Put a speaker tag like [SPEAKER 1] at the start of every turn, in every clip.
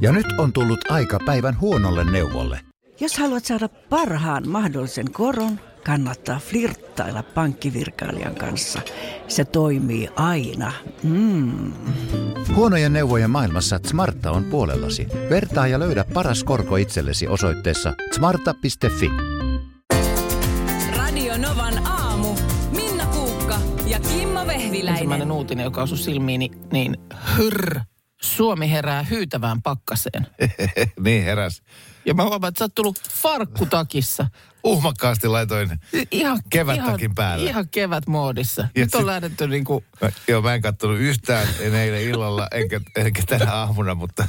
[SPEAKER 1] Ja nyt on tullut aika päivän huonolle neuvolle.
[SPEAKER 2] Jos haluat saada parhaan mahdollisen koron, kannattaa flirttailla pankkivirkailijan kanssa. Se toimii aina. Mm.
[SPEAKER 1] Huonojen neuvojen maailmassa Smarta on puolellasi. Vertaa ja löydä paras korko itsellesi osoitteessa smarta.fi.
[SPEAKER 3] Radio Novan aamu. Minna Kuukka ja Kimmo Vehviläinen.
[SPEAKER 4] ensimmäinen uutinen, joka osui silmiin, niin, niin hyrr, Suomi herää hyytävään pakkaseen.
[SPEAKER 5] niin heräs.
[SPEAKER 4] Ja mä huomaan, että sä oot tullut farkkutakissa.
[SPEAKER 5] Uhmakkaasti laitoin.
[SPEAKER 4] I- Ihan,
[SPEAKER 5] Kevättäkin
[SPEAKER 4] ihan,
[SPEAKER 5] päälle.
[SPEAKER 4] Ihan kevät moodissa.
[SPEAKER 5] Ja
[SPEAKER 4] Nyt on
[SPEAKER 5] sit-
[SPEAKER 4] lähdetty niinku,
[SPEAKER 5] Mä, joo, mä en kattonut yhtään en eilen illalla, enkä, enkä tänä aamuna, mutta,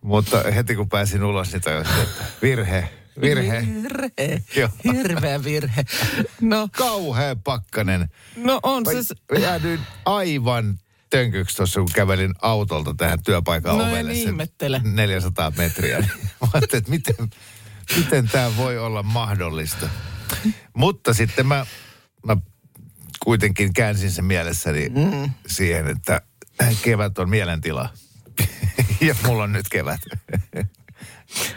[SPEAKER 5] mutta heti kun pääsin ulos, niin tajusin, että virhe, virhe,
[SPEAKER 4] Virhe.
[SPEAKER 5] Joo.
[SPEAKER 4] Hirveä virhe. No,
[SPEAKER 5] kauhea pakkanen.
[SPEAKER 4] no on
[SPEAKER 5] Mä
[SPEAKER 4] se... s-
[SPEAKER 5] jäädyin aivan tönkyksi tuossa, kun kävelin autolta tähän työpaikan
[SPEAKER 4] No en
[SPEAKER 5] ovelle sen
[SPEAKER 4] ihmettele.
[SPEAKER 5] 400 metriä. Niin Mä ajattelin, että miten, miten tämä voi olla mahdollista. Mutta sitten mä, mä kuitenkin käänsin sen mielessäni mm. siihen, että kevät on mielentila. ja mulla on nyt kevät.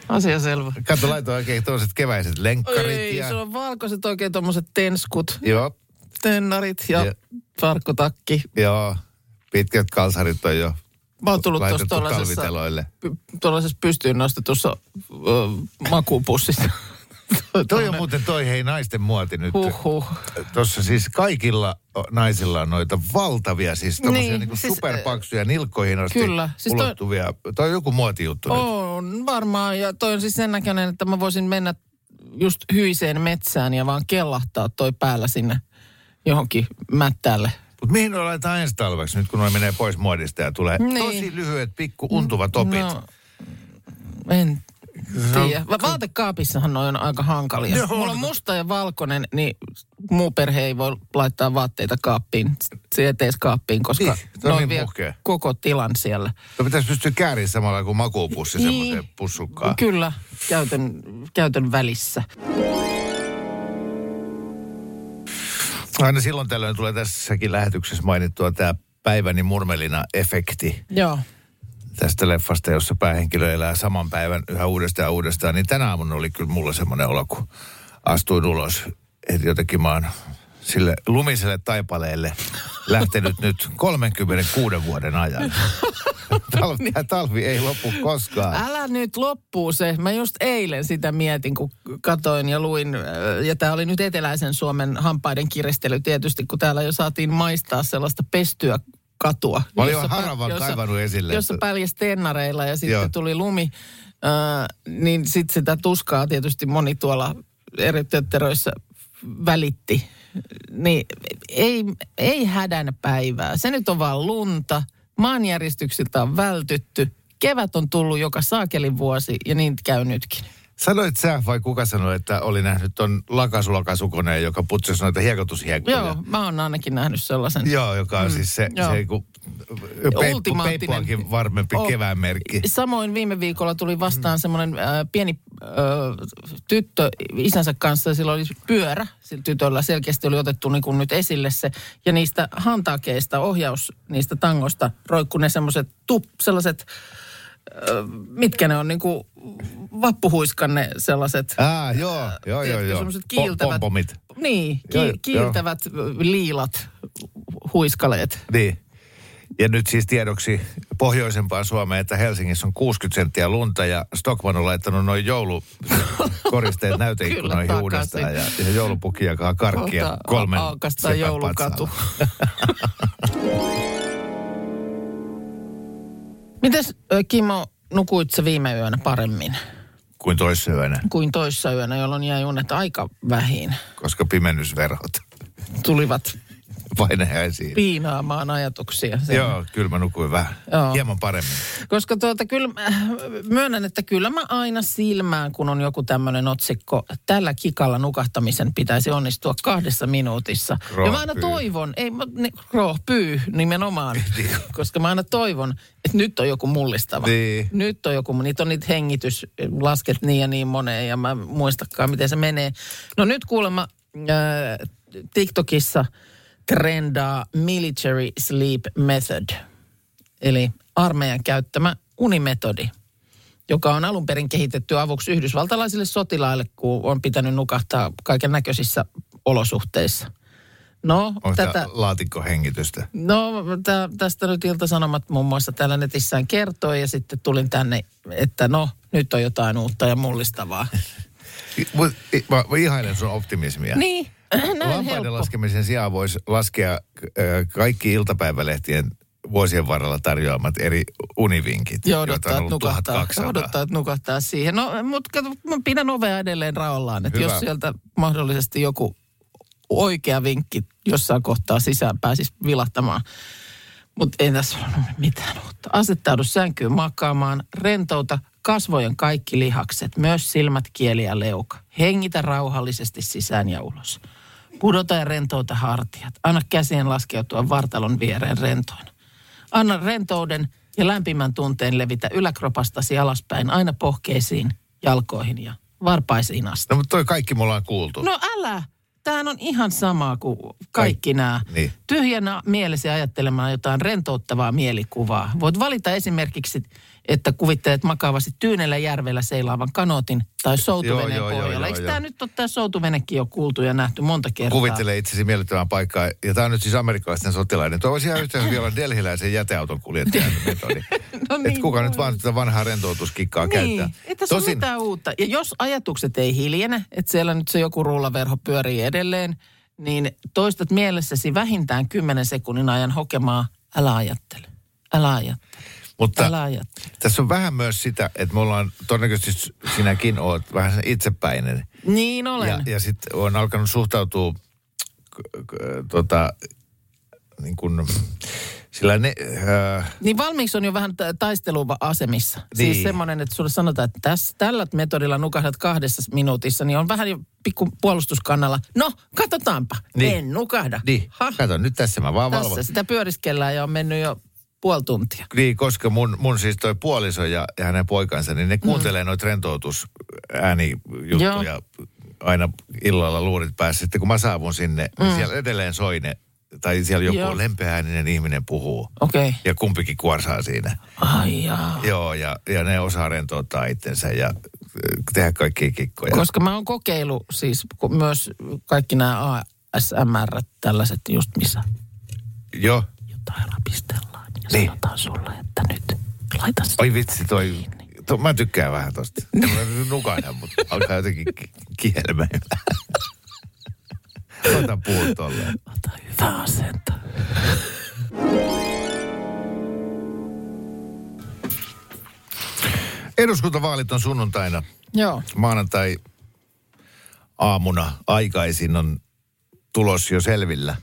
[SPEAKER 4] Asia selvä.
[SPEAKER 5] Kato, laitoin oikein tuollaiset keväiset lenkkarit.
[SPEAKER 4] Ei,
[SPEAKER 5] ja,
[SPEAKER 4] se on valkoiset oikein tommoset tenskut,
[SPEAKER 5] Joo,
[SPEAKER 4] tennarit ja,
[SPEAKER 5] Ja-
[SPEAKER 4] farkkutakki.
[SPEAKER 5] joo. Pitkät kalsarit on jo
[SPEAKER 4] Mä oon tullut tuossa
[SPEAKER 5] laitettu
[SPEAKER 4] tuollaisessa...
[SPEAKER 5] talviteloille.
[SPEAKER 4] py- tuollaisessa pystyyn nostetussa ö, makupussissa.
[SPEAKER 5] Toi on muuten toi hei naisten muoti nyt.
[SPEAKER 4] Huhhuh.
[SPEAKER 5] Tuossa siis kaikilla o, naisilla on noita valtavia, siis tommosia
[SPEAKER 4] Niin,
[SPEAKER 5] niin, niin
[SPEAKER 4] siis,
[SPEAKER 5] siis, superpaksuja nilkkoihin asti
[SPEAKER 4] kyllä, siis toi-
[SPEAKER 5] ulottuvia. Toi... toi on joku muotijuttu nyt.
[SPEAKER 4] On varmaan, ja toi on siis sen näköinen, että mä voisin mennä just hyiseen metsään ja vaan kellahtaa toi päällä sinne johonkin mättälle.
[SPEAKER 5] Mut mihin ne laitetaan ensi talveksi nyt, kun noi menee pois muodista ja tulee
[SPEAKER 4] Niin.
[SPEAKER 5] niin. tosi lyhyet pikku untuvat opit.
[SPEAKER 4] No, en tiedä. Va- Vaatekaapissahan noi on aika hankalia.
[SPEAKER 5] No. Joo.
[SPEAKER 4] Mulla on musta ja valkoinen, niin muu perhe ei voi laittaa vaatteita kaappiin, s- eteiskaappiin, koska
[SPEAKER 5] Niin, toi on
[SPEAKER 4] noin
[SPEAKER 5] niin
[SPEAKER 4] vie
[SPEAKER 5] muhkea.
[SPEAKER 4] koko tilan siellä.
[SPEAKER 5] No pitäisi pystyä käärin samalla kuin makuupussi niin. semmoiseen pussukkaan.
[SPEAKER 4] Kyllä, käytön, käytön välissä.
[SPEAKER 5] Aina silloin tällöin tulee tässäkin lähetyksessä mainittua tämä päiväni murmelina efekti.
[SPEAKER 4] Joo.
[SPEAKER 5] tästä leffasta, jossa päähenkilö elää saman päivän yhä uudestaan ja uudestaan, niin tänä aamuna oli kyllä mulla semmoinen olo, kun astuin ulos, että jotenkin mä oon sille lumiselle taipaleelle lähtenyt nyt 36 vuoden ajan. Talvi, tää talvi ei lopu koskaan.
[SPEAKER 4] Älä nyt loppuu se. Mä just eilen sitä mietin, kun katoin ja luin. äh, Ja tämä oli nyt eteläisen Suomen hampaiden kiristely tietysti, kun täällä jo saatiin maistaa sellaista pestyä katua.
[SPEAKER 5] Mä olin jo
[SPEAKER 4] jossa pä-
[SPEAKER 5] haravan kaivannut esille.
[SPEAKER 4] Jossa päljes tennareilla ja sitten
[SPEAKER 5] Joo.
[SPEAKER 4] tuli lumi. Äh, niin sitten sitä tuskaa tietysti moni tuolla eri tötteröissä välitti. Niin ei, ei hädän päivää. Se nyt on vaan lunta. Maanjäristyksiltä on vältytty. Kevät on tullut joka saakelin vuosi ja niin käy nytkin.
[SPEAKER 5] Sanoit sä vai kuka sanoi, että oli nähnyt ton lakasulakasukoneen, joka putsasi noita hiekotushiekkoja?
[SPEAKER 4] Joo, mä oon ainakin nähnyt sellaisen.
[SPEAKER 5] Joo, joka on siis se,
[SPEAKER 4] joo.
[SPEAKER 5] se kun
[SPEAKER 4] Ultimaattinen-
[SPEAKER 5] peippuakin varmempi
[SPEAKER 4] Oh.
[SPEAKER 5] kevään merkki.
[SPEAKER 4] Samoin viime viikolla tuli vastaan semmoinen äh, pieni äh, tyttö isänsä kanssa. Sillä oli pyörä sillä tytöllä. Selkeästi oli otettu niin kuin nyt esille se. Ja niistä hantakeista, ohjaus niistä tangosta roikkui ne semmoiset tup, sellaiset, äh, mitkä ne on niin kuin vappuhuiskan ne sellaiset.
[SPEAKER 5] Ah, joo, joo, joo,
[SPEAKER 4] tiedätkö,
[SPEAKER 5] joo.
[SPEAKER 4] semmoiset
[SPEAKER 5] Po-
[SPEAKER 4] kiiltävät,
[SPEAKER 5] Pompomit.
[SPEAKER 4] Niin, ki,
[SPEAKER 5] Joo, joo.
[SPEAKER 4] kiiltävät ö, liilat huiskaleet.
[SPEAKER 5] Niin. Ja nyt siis tiedoksi pohjoisempaan Suomeen, että Helsingissä on 60 senttiä lunta ja Stockman on laittanut noin joulukoristeet näyteikkunoihin
[SPEAKER 4] Kyllä,
[SPEAKER 5] uudestaan ja,
[SPEAKER 4] takaisin.
[SPEAKER 5] ja joulupuki jakaa karkkia
[SPEAKER 4] Kohta
[SPEAKER 5] kolmen
[SPEAKER 4] aukastaa
[SPEAKER 5] sepän
[SPEAKER 4] joulukatu.
[SPEAKER 5] patsaalla.
[SPEAKER 4] Mites ö, Kimmo, nukuit sä viime yönä paremmin
[SPEAKER 5] Kuin toissayönä,
[SPEAKER 4] kuin toissa yönä, jolloin jäi unet aika vähin?
[SPEAKER 5] koska pimennysverhot
[SPEAKER 4] Tulivat
[SPEAKER 5] painajaisiin.
[SPEAKER 4] piinaamaan ajatuksia. sen.
[SPEAKER 5] Joo, kyllä mä nukuin vähän.
[SPEAKER 4] Joo.
[SPEAKER 5] Hieman paremmin.
[SPEAKER 4] Koska tuota, kyllä, mä- myönnän, että kyllä mä aina silmään, kun on joku tämmöinen otsikko, tällä kikalla nukahtamisen pitäisi onnistua kahdessa minuutissa. ja mä aina
[SPEAKER 5] Kroohpyy.
[SPEAKER 4] toivon, ei, mä- ni- kroohpyy nimenomaan, koska mä aina toivon, että nyt on joku mullistava.
[SPEAKER 5] Niin.
[SPEAKER 4] Nyt on joku, niitä on niitä hengitys, lasket niin ja niin moneen ja mä en muistakaan, miten se menee. No nyt kuulemma äh, TikTokissa trendaa military sleep method, eli armeijan käyttämä unimetodi, joka on alun perin kehitetty avuksi yhdysvaltalaisille sotilaille, kun on pitänyt nukahtaa kaiken näköisissä olosuhteissa. No,
[SPEAKER 5] Onko
[SPEAKER 4] tätä...
[SPEAKER 5] tätä... laatikkohengitystä?
[SPEAKER 4] No tä, tästä nyt Ilta-Sanomat muun muassa täällä netissään kertoi ja sitten tulin tänne, että no nyt on jotain uutta ja mullistavaa.
[SPEAKER 5] I- mut i- Mä, mä ihailen sun optimismia.
[SPEAKER 4] niin, näin
[SPEAKER 5] Lampaiden
[SPEAKER 4] helppo.
[SPEAKER 5] laskemisen sijaan voisi laskea ö, kaikki iltapäivälehtien vuosien varrella tarjoamat eri univinkit,
[SPEAKER 4] Ja
[SPEAKER 5] joita
[SPEAKER 4] odottaa, että
[SPEAKER 5] on ollut
[SPEAKER 4] nukahtaa,
[SPEAKER 5] 1200.
[SPEAKER 4] odottaa, että nukahtaa siihen. No, mutta mä pidän ovea edelleen raollaan, että
[SPEAKER 5] Hyvä.
[SPEAKER 4] jos sieltä mahdollisesti joku oikea vinkki jossain kohtaa sisään pääsisi vilahtamaan. Mutta ei tässä ole mitään uutta. Asettaudu sänkyyn makaamaan, rentouta kasvojen kaikki lihakset, myös silmät, kieli ja leuka. Hengitä rauhallisesti sisään ja ulos. Pudota ja rentouta hartiat. Anna käsien laskeutua vartalon viereen rentoina. Anna rentouden ja lämpimän tunteen levitä yläkropastasi alaspäin aina pohkeisiin, jalkoihin ja varpaisiin asti.
[SPEAKER 5] No mutta toi kaikki me ollaan kuultu.
[SPEAKER 4] No älä! Tämähän on ihan sama kuin kaikki nämä.
[SPEAKER 5] niin.
[SPEAKER 4] Tyhjänä mielesi ajattelemaan jotain rentouttavaa mielikuvaa. Voit valita esimerkiksi, että kuvittelet makaavasi tyynellä järvellä seilaavan kanootin tai soutuveneen
[SPEAKER 5] joo, joo,
[SPEAKER 4] pohjalla.
[SPEAKER 5] joo,
[SPEAKER 4] Eikö
[SPEAKER 5] joo.
[SPEAKER 4] tämä nyt ole tämä soutuvenekin jo kuultu ja nähty monta kertaa?
[SPEAKER 5] Kuvittele itsesi miellyttävän paikkaa. Ja tämä on nyt siis amerikkalaisten sotilaiden. Tuo voisi ihan yhtä hyvin olla delhiläisen jäteauton kuljettajan metodi.
[SPEAKER 4] No
[SPEAKER 5] Et
[SPEAKER 4] niin,
[SPEAKER 5] kuka nyt
[SPEAKER 4] voi.
[SPEAKER 5] vaan tätä vanhaa rentoutuskikkaa
[SPEAKER 4] Niin,
[SPEAKER 5] käyttää.
[SPEAKER 4] ei tässä Tosin...
[SPEAKER 5] Tosin
[SPEAKER 4] mitään uutta. Ja jos ajatukset ei hiljene, että siellä nyt se joku rullaverho pyörii edelleen, niin toistat mielessäsi vähintään 10 sekunnin ajan hokemaa, älä ajattele, älä ajattele,
[SPEAKER 5] mutta
[SPEAKER 4] älä ajattele.
[SPEAKER 5] tässä on vähän myös sitä, että me ollaan, todennäköisesti sinäkin oot vähän sen itsepäinen.
[SPEAKER 4] Niin olen.
[SPEAKER 5] Ja, ja sitten on alkanut suhtautua k- k- tota, niin kuin, sillä ne, öö,
[SPEAKER 4] Niin valmiiksi on jo vähän ta- taisteluasemissa. Niin.
[SPEAKER 5] Niin.
[SPEAKER 4] Siis semmoinen, että sulle sanotaan, että tässä, tällä metodilla nukahdat kahdessa minuutissa, niin on vähän jo pikku puolustuskannalla. No, katsotaanpa.
[SPEAKER 5] Niin.
[SPEAKER 4] Niin. En nukahda.
[SPEAKER 5] niin,
[SPEAKER 4] Ha,
[SPEAKER 5] kato nyt tässä mä vaan valvon.
[SPEAKER 4] tässä sitä pyöriskellään ja on mennyt jo puoli tuntia.
[SPEAKER 5] Niin, koska mun, mun siis toi puoliso ja, ja hänen poikansa, niin
[SPEAKER 4] Mm.
[SPEAKER 5] ne kuuntelee noita rentoutus äh, äänijuttuja aina illalla luurit päässä. Sitten kun mä saavun sinne, mm. niin siellä edelleen soi ne, tai siellä joku
[SPEAKER 4] Joo.
[SPEAKER 5] Joo. lempeääninen ihminen puhuu.
[SPEAKER 4] Okei. Okay.
[SPEAKER 5] Ja kumpikin kuorsaa siinä.
[SPEAKER 4] Ai jaa.
[SPEAKER 5] Joo, ja, ja ne osaa rentouttaa itsensä ja äh, tehdä kaikkia kikkoja.
[SPEAKER 4] Koska mä oon kokeillut siis ku- myös kaikki nämä ASMR, tällaiset just missä
[SPEAKER 5] Joo.
[SPEAKER 4] jotain rapistellaan ja
[SPEAKER 5] Niin.
[SPEAKER 4] niin. sanotaan sulle, että nyt laita sitä.
[SPEAKER 5] Oi vitsi, toi... To, mä tykkään vähän tosta. En mä nyt nukahda, mutta alkaa jotenkin ki- kielmeillä. Ota puut tolleen.
[SPEAKER 4] Ota hyvä asento.
[SPEAKER 5] Eduskuntavaalit on sunnuntaina.
[SPEAKER 4] Joo.
[SPEAKER 5] Maanantai aamuna aikaisin on tulos jo selvillä.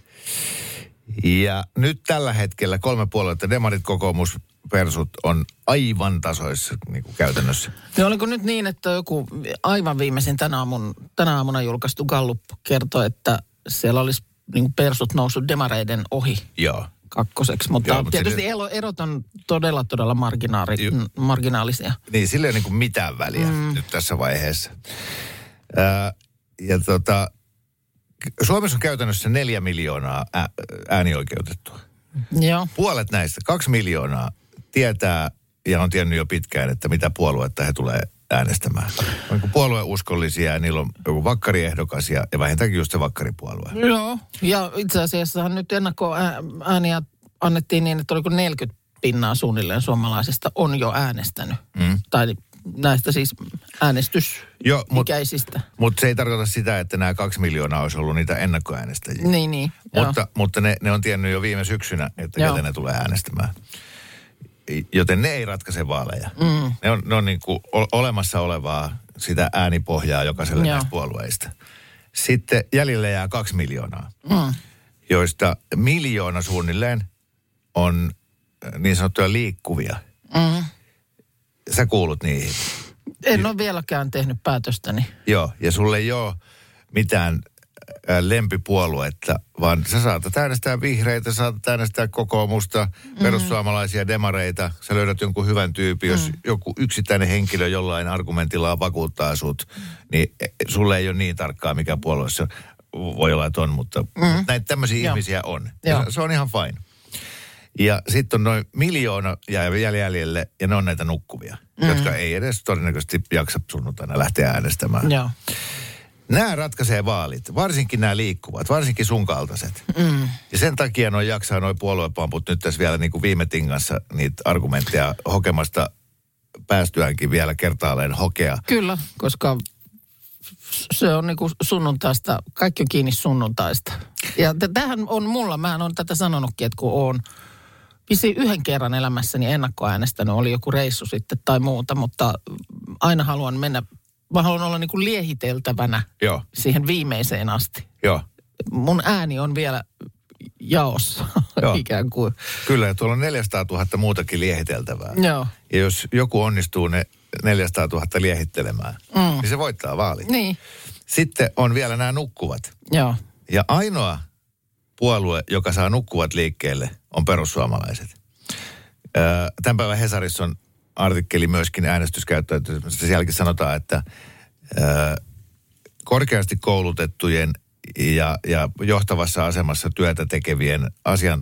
[SPEAKER 5] Ja nyt tällä hetkellä kolme puoluetta, demarit, kokoomus, persut on aivan tasoissa niin kuin käytännössä.
[SPEAKER 4] No oliko nyt niin, että joku aivan viimeisin tänä, aamun, tänä aamuna julkaistu Gallup kertoi, että siellä olisi niin persut noussut demareiden ohi
[SPEAKER 5] Joo.
[SPEAKER 4] kakkoseksi, mutta
[SPEAKER 5] Joo,
[SPEAKER 4] Joo,
[SPEAKER 5] mutta
[SPEAKER 4] tietysti
[SPEAKER 5] se-
[SPEAKER 4] elo- erot on todella, todella marginaari,
[SPEAKER 5] Ju-
[SPEAKER 4] n- marginaalisia.
[SPEAKER 5] Niin, sillä ei ole niin kuin mitään väliä mm. nyt tässä vaiheessa. Ää, ja tota, Suomessa on käytännössä neljä miljoonaa ä- äänioikeutettua.
[SPEAKER 4] Joo.
[SPEAKER 5] Puolet näistä, kaksi miljoonaa, tietää ja on tiennyt jo pitkään, että mitä puoluetta he tulee äänestämään. On niin puolueuskollisia ja niillä on joku vakkariehdokas ja, ja vähintäänkin just se vakkaripuolue.
[SPEAKER 4] Joo, ja itse asiassahan nyt ennakkoääniä annettiin niin, että oliko 40 pinnaa suunnilleen suomalaisista on jo äänestänyt. Mm. Tai näistä siis
[SPEAKER 5] Joo, mut-
[SPEAKER 4] äänestysikäisistä.
[SPEAKER 5] Mutta se ei tarkoita sitä, että nämä kaksi miljoonaa olisi ollut niitä ennakkoäänestäjiä.
[SPEAKER 4] Niin, niin. joo.
[SPEAKER 5] Mutta, mutta ne, ne on tiennyt jo viime syksynä, että
[SPEAKER 4] Joo.
[SPEAKER 5] ketä ne tulee äänestämään. I- Joten ne ei ratkaise vaaleja. Mm. Ne on, ne on niin kuin o- olemassa olevaa sitä äänipohjaa jokaiselle
[SPEAKER 4] Joo.
[SPEAKER 5] näistä puolueista. Sitten jäljelle jää kaksi miljoonaa, mm. joista miljoona suunnilleen on äh, niin sanottuja liikkuvia. Mm. Sä kuulut niihin.
[SPEAKER 4] En ole vieläkään tehnyt päätöstäni.
[SPEAKER 5] Joo, ja sulle ei ole mitään äh, lempipuoluetta, vaan sä saatat äänestää vihreitä, saatat äänestää kokoomusta, mm. perussuomalaisia, demareita. Sä löydät jonkun hyvän tyypin, jos joku yksittäinen henkilö jollain argumentillaan vakuuttaa sut, niin eh, sulle ei ole niin tarkkaa, mikä puolue se on. Voi olla, että on, mutta, mm. mutta näitä tämmöisiä
[SPEAKER 4] Joo.
[SPEAKER 5] ihmisiä on.
[SPEAKER 4] Joo.
[SPEAKER 5] Ja Se, se on ihan fine. Ja sitten on noin miljoona jää vielä jäljelle, ja ne on näitä nukkuvia, mm. jotka ei edes todennäköisesti jaksa sunnuntaina lähteä äänestämään.
[SPEAKER 4] Joo.
[SPEAKER 5] Nämä ratkaisee vaalit, varsinkin nämä liikkuvat, varsinkin sun kaltaiset. Mm. Ja sen takia noin jaksaa noin puoluepamput nyt tässä vielä niin kuin viime tingassa niitä argumentteja hokemasta päästyäänkin vielä kertaalleen hokea.
[SPEAKER 4] Kyllä, koska se on niinku sunnuntaista, kaikki on kiinni sunnuntaista. Ja t- tämähän on mulla, mä on tätä sanonutkin, että kun oon Vissiin yhden kerran elämässäni ennakkoäänestänyt, oli joku reissu sitten tai muuta, mutta aina haluan mennä, mä haluan olla niinku liehiteltävänä
[SPEAKER 5] Joo,
[SPEAKER 4] siihen viimeiseen asti.
[SPEAKER 5] joo.
[SPEAKER 4] Mun ääni on vielä jaossa
[SPEAKER 5] Joo.
[SPEAKER 4] ikään kuin.
[SPEAKER 5] Kyllä, ja tuolla on 400 000 muutakin liehiteltävää.
[SPEAKER 4] Joo.
[SPEAKER 5] Ja jos joku onnistuu ne 400 000 liehittelemään, mm. niin se voittaa vaalit.
[SPEAKER 4] Niin,
[SPEAKER 5] Sitten on vielä nämä nukkuvat.
[SPEAKER 4] joo.
[SPEAKER 5] Ja ainoa puolue, joka saa nukkuvat liikkeelle, on perussuomalaiset. Öö, Tämän päivän Hesarissa on artikkeli myöskin äänestyskäyttäytymisestä. Sielläkin sanotaan, että öö, korkeasti koulutettujen ja, ja johtavassa asemassa työtä tekevien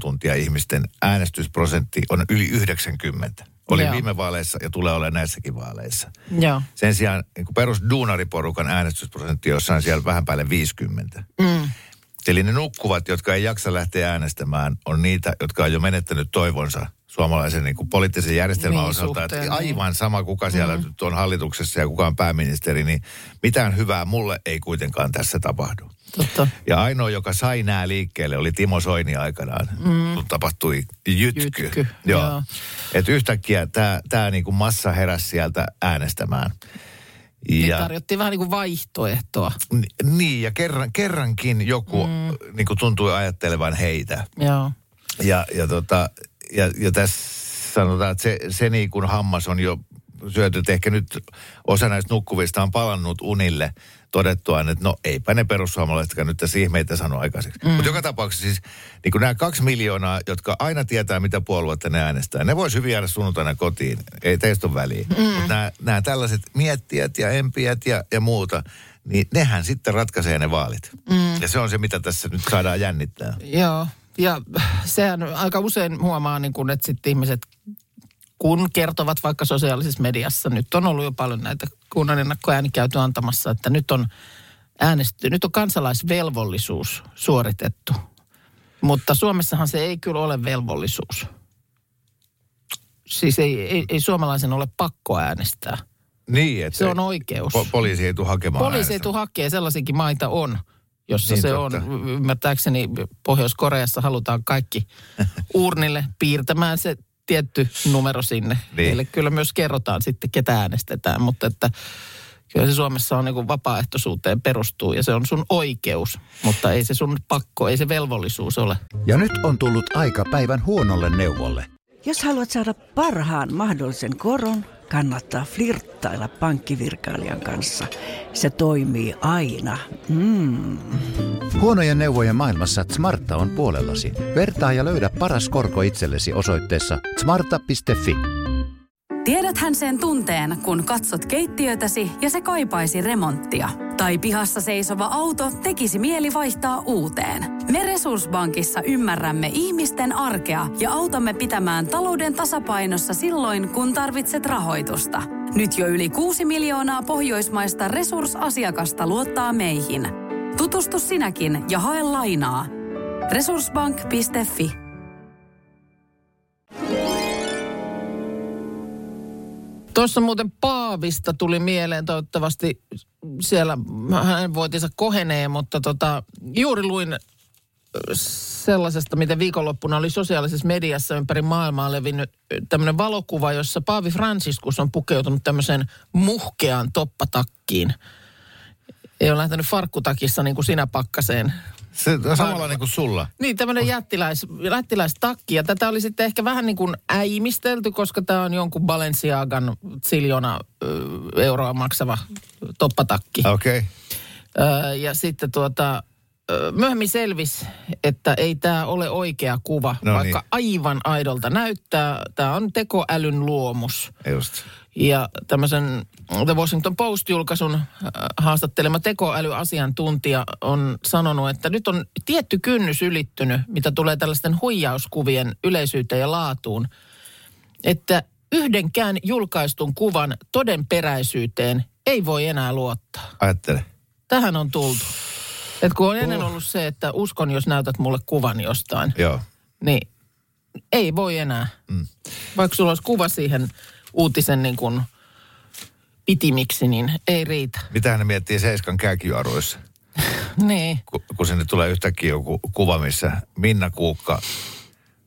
[SPEAKER 5] asiantuntija-ihmisten äänestysprosentti on yli 90. Oli
[SPEAKER 4] Joo.
[SPEAKER 5] viime vaaleissa ja tulee olemaan näissäkin vaaleissa.
[SPEAKER 4] Joo.
[SPEAKER 5] Sen sijaan niin kuin perusduunariporukan äänestysprosentti on jossain siellä vähän päälle 50.
[SPEAKER 4] Mm.
[SPEAKER 5] Eli ne nukkuvat, jotka ei jaksa lähteä äänestämään, on niitä, jotka on jo menettänyt toivonsa suomalaisen niin kuin poliittisen järjestelmän
[SPEAKER 4] Niin, Mm-hmm.
[SPEAKER 5] osalta. Että
[SPEAKER 4] suhteen,
[SPEAKER 5] aivan sama, kuka siellä mm. on hallituksessa ja kuka on pääministeri, niin mitään hyvää mulle ei kuitenkaan tässä tapahdu.
[SPEAKER 4] Totta.
[SPEAKER 5] Ja ainoa, joka sai nämä liikkeelle, oli Timo Soini aikanaan, mm. kun tapahtui jytky.
[SPEAKER 4] Mm-hmm. Jytky,
[SPEAKER 5] Joo.
[SPEAKER 4] joo.
[SPEAKER 5] Et yhtäkkiä tämä tää niinku massa heräsi sieltä äänestämään.
[SPEAKER 4] Niin tarjottiin vähän niin kuin vaihtoehtoa.
[SPEAKER 5] Ni- Niin, ja kerran, kerrankin joku mm. niin kuin tuntui ajattelevan heitä.
[SPEAKER 4] Joo.
[SPEAKER 5] Ja, ja, tota, ja, ja tässä sanotaan, että se, se niin kuin hammas on jo syöty, että ehkä nyt osa näistä nukkuvista on palannut unille todettuaan, että no eipä ne perussuomalaisetkaan nyt tässä ihmeitä sano aikaiseksi. Mm. Mutta joka tapauksessa siis niin kuin nämä kaksi miljoonaa, jotka aina tietää, mitä puoluetta ne äänestää, ne voisi hyvin jäädä sunnuntaina kotiin, ei teistä ole väliä. Mm. Mutta nämä, nämä tällaiset miettijät ja empiät ja, ja muuta, niin nehän sitten ratkaisee ne vaalit. Mm. Ja se on se, mitä tässä nyt saadaan jännittää.
[SPEAKER 4] Joo, ja sehän aika usein huomaa, niin kun, että sitten ihmiset, kun kertovat vaikka sosiaalisessa mediassa, nyt on ollut jo paljon näitä kunnan ennakkoääni käyty antamassa, että nyt on äänestetty, nyt on kansalaisvelvollisuus suoritettu. Mutta Suomessahan se ei kyllä ole velvollisuus. Siis ei, ei, ei suomalaisen ole pakko äänestää.
[SPEAKER 5] Niin, että
[SPEAKER 4] Se on oikeus.
[SPEAKER 5] Po- poliisi ei tule hakemaan
[SPEAKER 4] Poliisi ei
[SPEAKER 5] äänestä.
[SPEAKER 4] tule hakee, sellaisiakin maita on, jossa
[SPEAKER 5] Niin,
[SPEAKER 4] se
[SPEAKER 5] totta.
[SPEAKER 4] on. Y- Ymmärtääkseni Pohjois-Koreassa halutaan kaikki urnille piirtämään se tietty numero sinne.
[SPEAKER 5] Niin.
[SPEAKER 4] Niin. Heille kyllä myös kerrotaan sitten, ketä äänestetään, mutta että kyllä se Suomessa on niin kuin vapaaehtoisuuteen perustuu ja se on sun oikeus, mutta ei se sun pakko, ei se velvollisuus ole.
[SPEAKER 1] Ja nyt on tullut aika päivän huonolle neuvolle.
[SPEAKER 2] Jos haluat saada parhaan mahdollisen koron, kannattaa flirttailla pankkivirkailijan kanssa. Se toimii aina. Mm.
[SPEAKER 1] Huonojen neuvojen maailmassa Smarta on puolellasi. Vertaa ja löydä paras korko itsellesi osoitteessa smarta.fi.
[SPEAKER 3] Tiedäthän sen tunteen, kun katsot keittiötäsi ja se kaipaisi remonttia. Tai pihassa seisova auto tekisi mieli vaihtaa uuteen. Me Resurssbankissa ymmärrämme ihmisten arkea ja autamme pitämään talouden tasapainossa silloin, kun tarvitset rahoitusta. Nyt jo yli 6 miljoonaa pohjoismaista resursasiakasta luottaa meihin. Tutustu sinäkin ja hae lainaa. Resurssbank.fi
[SPEAKER 4] Tuossa muuten Paavista tuli mieleen, toivottavasti siellä hänen voitinsa kohenee, mutta tota, juuri luin sellaisesta, miten viikonloppuna oli sosiaalisessa mediassa ympäri maailmaa levinnyt tämmöinen valokuva, jossa Paavi Franciscus on pukeutunut tämmöiseen muhkeaan toppatakkiin. Ei ole lähtenyt farkkutakissa niin kuin sinä pakkaseen
[SPEAKER 5] Se on samanlainen kuin sulla.
[SPEAKER 4] niin, tämmöinen jättiläis, jättiläistakki. Ja tätä oli sitten ehkä vähän niin kuin äimistelty, koska tämä on jonkun Balenciagan siljona ö, euroa maksava toppatakki.
[SPEAKER 5] Okei. Okay.
[SPEAKER 4] Öö, ja sitten tuota, ö, myöhemmin selvisi, että ei tämä ole oikea kuva,
[SPEAKER 5] No
[SPEAKER 4] vaikka
[SPEAKER 5] niin.
[SPEAKER 4] aivan aidolta näyttää. Tämä on tekoälyn luomus.
[SPEAKER 5] Just.
[SPEAKER 4] Ja tämmöisen The Washington Post-julkaisun äh, haastattelema tekoälyasiantuntija on sanonut, että nyt on tietty kynnys ylittynyt, mitä tulee tällaisten huijauskuvien yleisyyteen ja laatuun, että yhdenkään julkaistun kuvan todenperäisyyteen ei voi enää luottaa.
[SPEAKER 5] Ajattele.
[SPEAKER 4] Tähän on tultu. Et kun on ennen ollut se, että uskon, jos näytät mulle kuvan jostain,
[SPEAKER 5] Joo.
[SPEAKER 4] niin ei voi enää. Mm. Vaikka sulla olisi kuva siihen uutisen niin kuin pitimiksi, niin ei riitä.
[SPEAKER 5] Mitä ne miettii Seiskan kääkijuoruissa?
[SPEAKER 4] Niin.
[SPEAKER 5] Ku- kun sinne tulee yhtäkkiä joku kuva, missä Minna Kuukka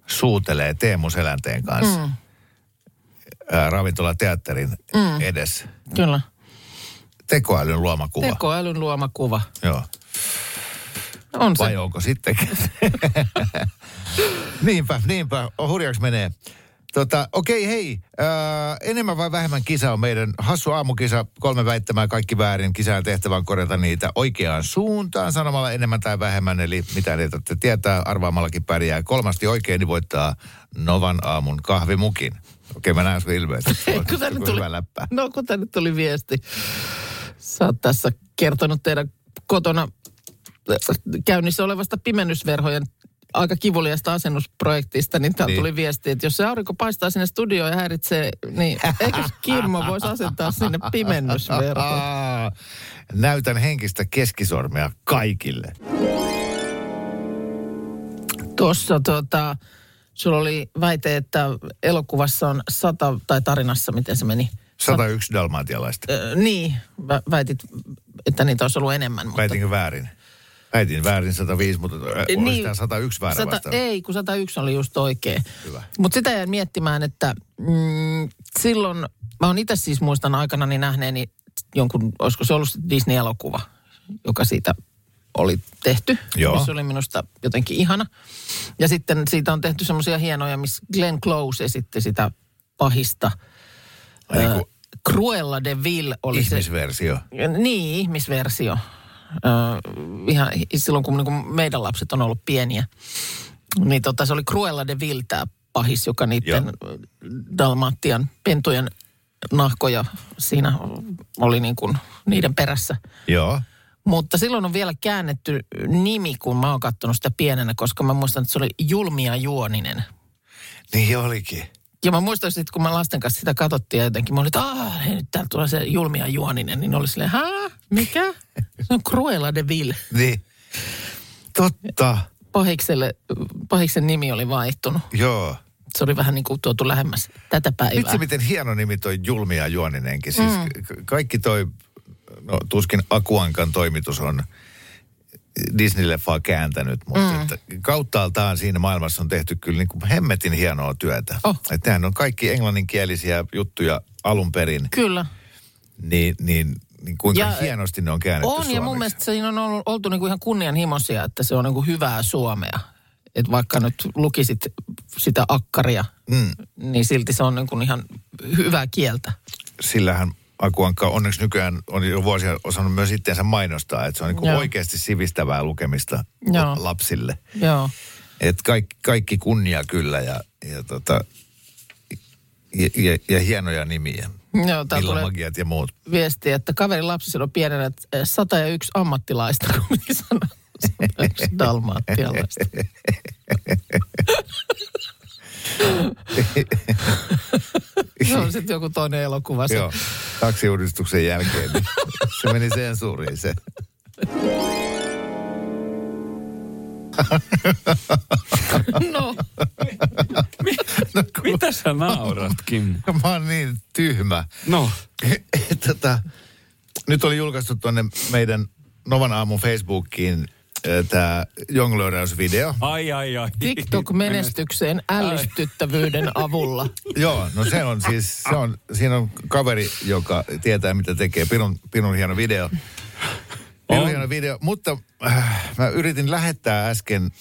[SPEAKER 5] suutelee Teemu Selänteen kanssa mm. ää, ravintolateatterin mm. edessä.
[SPEAKER 4] Kyllä.
[SPEAKER 5] Tekoälyn luoma kuva.
[SPEAKER 4] Tekoälyn luoma kuva.
[SPEAKER 5] Joo.
[SPEAKER 4] On se.
[SPEAKER 5] Vai onko sittenkin? niinpä, niinpä. O, Hurjaksi menee. Tota, okei, hei. Öö, enemmän vai vähemmän kisa on meidän hassu aamukisa. Kolme väittämää, kaikki väärin. Kisaan tehtävän on korjata niitä oikeaan suuntaan sanomalla enemmän tai vähemmän. Eli mitä niitä te tietää, arvaamallakin pärjää. Kolmasti oikein, niin voittaa Novan aamun kahvimukin. Okei, mä näen sun ilmeisesti.
[SPEAKER 4] Kun tänne
[SPEAKER 5] Joku
[SPEAKER 4] tuli,
[SPEAKER 5] Hyvä läppä.
[SPEAKER 4] no kun tänne tuli viesti. Sä oot tässä kertonut teidän kotona äh, käynnissä olevasta pimennysverhojen aika kivuliasta asennusprojektista, niin täällä
[SPEAKER 5] Niin.
[SPEAKER 4] niin. tuli viesti, että jos se aurinko paistaa sinne studioon ja häiritsee, niin eikö Kimmo voisi asentaa sinne pimennysverhoja?
[SPEAKER 5] Aa, Näytän henkistä keskisormea kaikille.
[SPEAKER 4] Tuossa tota, sulla oli väite, että elokuvassa on sata, tai tarinassa, miten se meni?
[SPEAKER 5] 101 dalmatialaista.
[SPEAKER 4] Ö, niin, vä- väitit, että niitä olisi ollut enemmän. Mutta
[SPEAKER 5] Väitinkö väärin? Väitin väärin 105, mutta niin, olisi
[SPEAKER 4] Niin.
[SPEAKER 5] tämä 101 väärä
[SPEAKER 4] sata,
[SPEAKER 5] vastaus.
[SPEAKER 4] ei, kun 101 oli just oikein.
[SPEAKER 5] Hyvä.
[SPEAKER 4] Mutta sitä jäin miettimään, että mm, silloin, mä oon itse siis muistan aikana niin nähneeni jonkun, olisiko se ollut sitten Disney-elokuva, joka siitä oli tehty.
[SPEAKER 5] Joo.
[SPEAKER 4] Se oli minusta jotenkin ihana. Ja sitten siitä on tehty semmoisia hienoja, missä Glenn Close esitti sitä pahista.
[SPEAKER 5] Ai niin
[SPEAKER 4] Ö,
[SPEAKER 5] kuin
[SPEAKER 4] Cruella de Vil oli se.
[SPEAKER 5] ihmisversio.
[SPEAKER 4] Niin, ihmisversio. Ö, ihan silloin, kun niinku meidän lapset on ollut pieniä. Niin tota, se oli Cruella de Vil tämä pahis, joka niiden Dalmatian pentujen nahkoja siinä oli niin kuin niiden perässä.
[SPEAKER 5] Joo.
[SPEAKER 4] Mutta silloin on vielä käännetty nimi, kun mä oon kattonut sitä pienenä, koska mä muistan, että se oli Julmia Juoninen.
[SPEAKER 5] Niin olikin.
[SPEAKER 4] Ja mä muistan sitten, kun mä lasten kanssa sitä katsottiin ja jotenkin, mä olin, että aah, hei, nyt täällä tulee se Julmia Juoninen. Niin ne oli silleen, hää, mikä? Se on Cruella de Vil.
[SPEAKER 5] Niin. Totta.
[SPEAKER 4] Pahikselle, pahiksen nimi oli vaihtunut.
[SPEAKER 5] Joo.
[SPEAKER 4] Se oli vähän niin kuin tuotu lähemmäs tätä päivää.
[SPEAKER 5] Vitsi, miten hieno nimi toi Julmia Juoninenkin. Siis mm. kaikki toi, no tuskin Akuankan toimitus on Disney-leffaa kääntänyt, mutta mm. että kauttaaltaan siinä maailmassa on tehty kyllä niin kuin hemmetin hienoa työtä.
[SPEAKER 4] Oh.
[SPEAKER 5] Että nehän on kaikki englanninkielisiä juttuja alun perin.
[SPEAKER 4] Kyllä.
[SPEAKER 5] niin, niin, niin kuinka ja,
[SPEAKER 4] Ja-
[SPEAKER 5] hienosti ne on käännetty
[SPEAKER 4] On, ja mun
[SPEAKER 5] suomeksi.
[SPEAKER 4] mielestä siinä on ollut, oltu niin kuin ihan kunnianhimoisia, että se on niin kuin hyvää suomea. Että vaikka nyt lukisit sitä akkaria, mm. niin silti se on niin kuin ihan hyvää kieltä.
[SPEAKER 5] Sillähän Akuankka onneksi nykyään on jo vuosia osannut myös itseensä mainostaa, että se on niin kuin
[SPEAKER 4] Joo.
[SPEAKER 5] oikeasti sivistävää lukemista
[SPEAKER 4] Joo.
[SPEAKER 5] lapsille.
[SPEAKER 4] Joo.
[SPEAKER 5] Et kaikki, kaikki kunnia kyllä ja, ja, tota, ja, ja, ja hienoja nimiä.
[SPEAKER 4] Joo, Mm. No, tää
[SPEAKER 5] Milla
[SPEAKER 4] tulee-
[SPEAKER 5] magiat ja muut.
[SPEAKER 4] viesti, että kaverin lapsi silloin pienenä, että eh, 101 ammattilaista, kun piti sanoa 101 dalmaattialaista. Se on sitten joku toinen elokuva. Se.
[SPEAKER 5] Joo, taksiuudistuksen jälkeen niin se meni sensuuriin se.
[SPEAKER 4] No,
[SPEAKER 6] Mitä sä naurat, Kim?
[SPEAKER 5] Mä oon niin tyhmä.
[SPEAKER 6] No,
[SPEAKER 5] tota, nyt oli julkaistu tuonne meidän Novan aamun Facebookiin tämä jonglööräysvideo.
[SPEAKER 6] ai ai ai.
[SPEAKER 4] TikTok-menestykseen ällistyttävyyden avulla.
[SPEAKER 5] Joo, no se on siis, se on, siinä on kaveri, joka tietää mitä tekee. Pirun, pirun hieno video. Pirun
[SPEAKER 6] On.
[SPEAKER 5] hieno video, mutta äh, mä yritin lähettää äsken,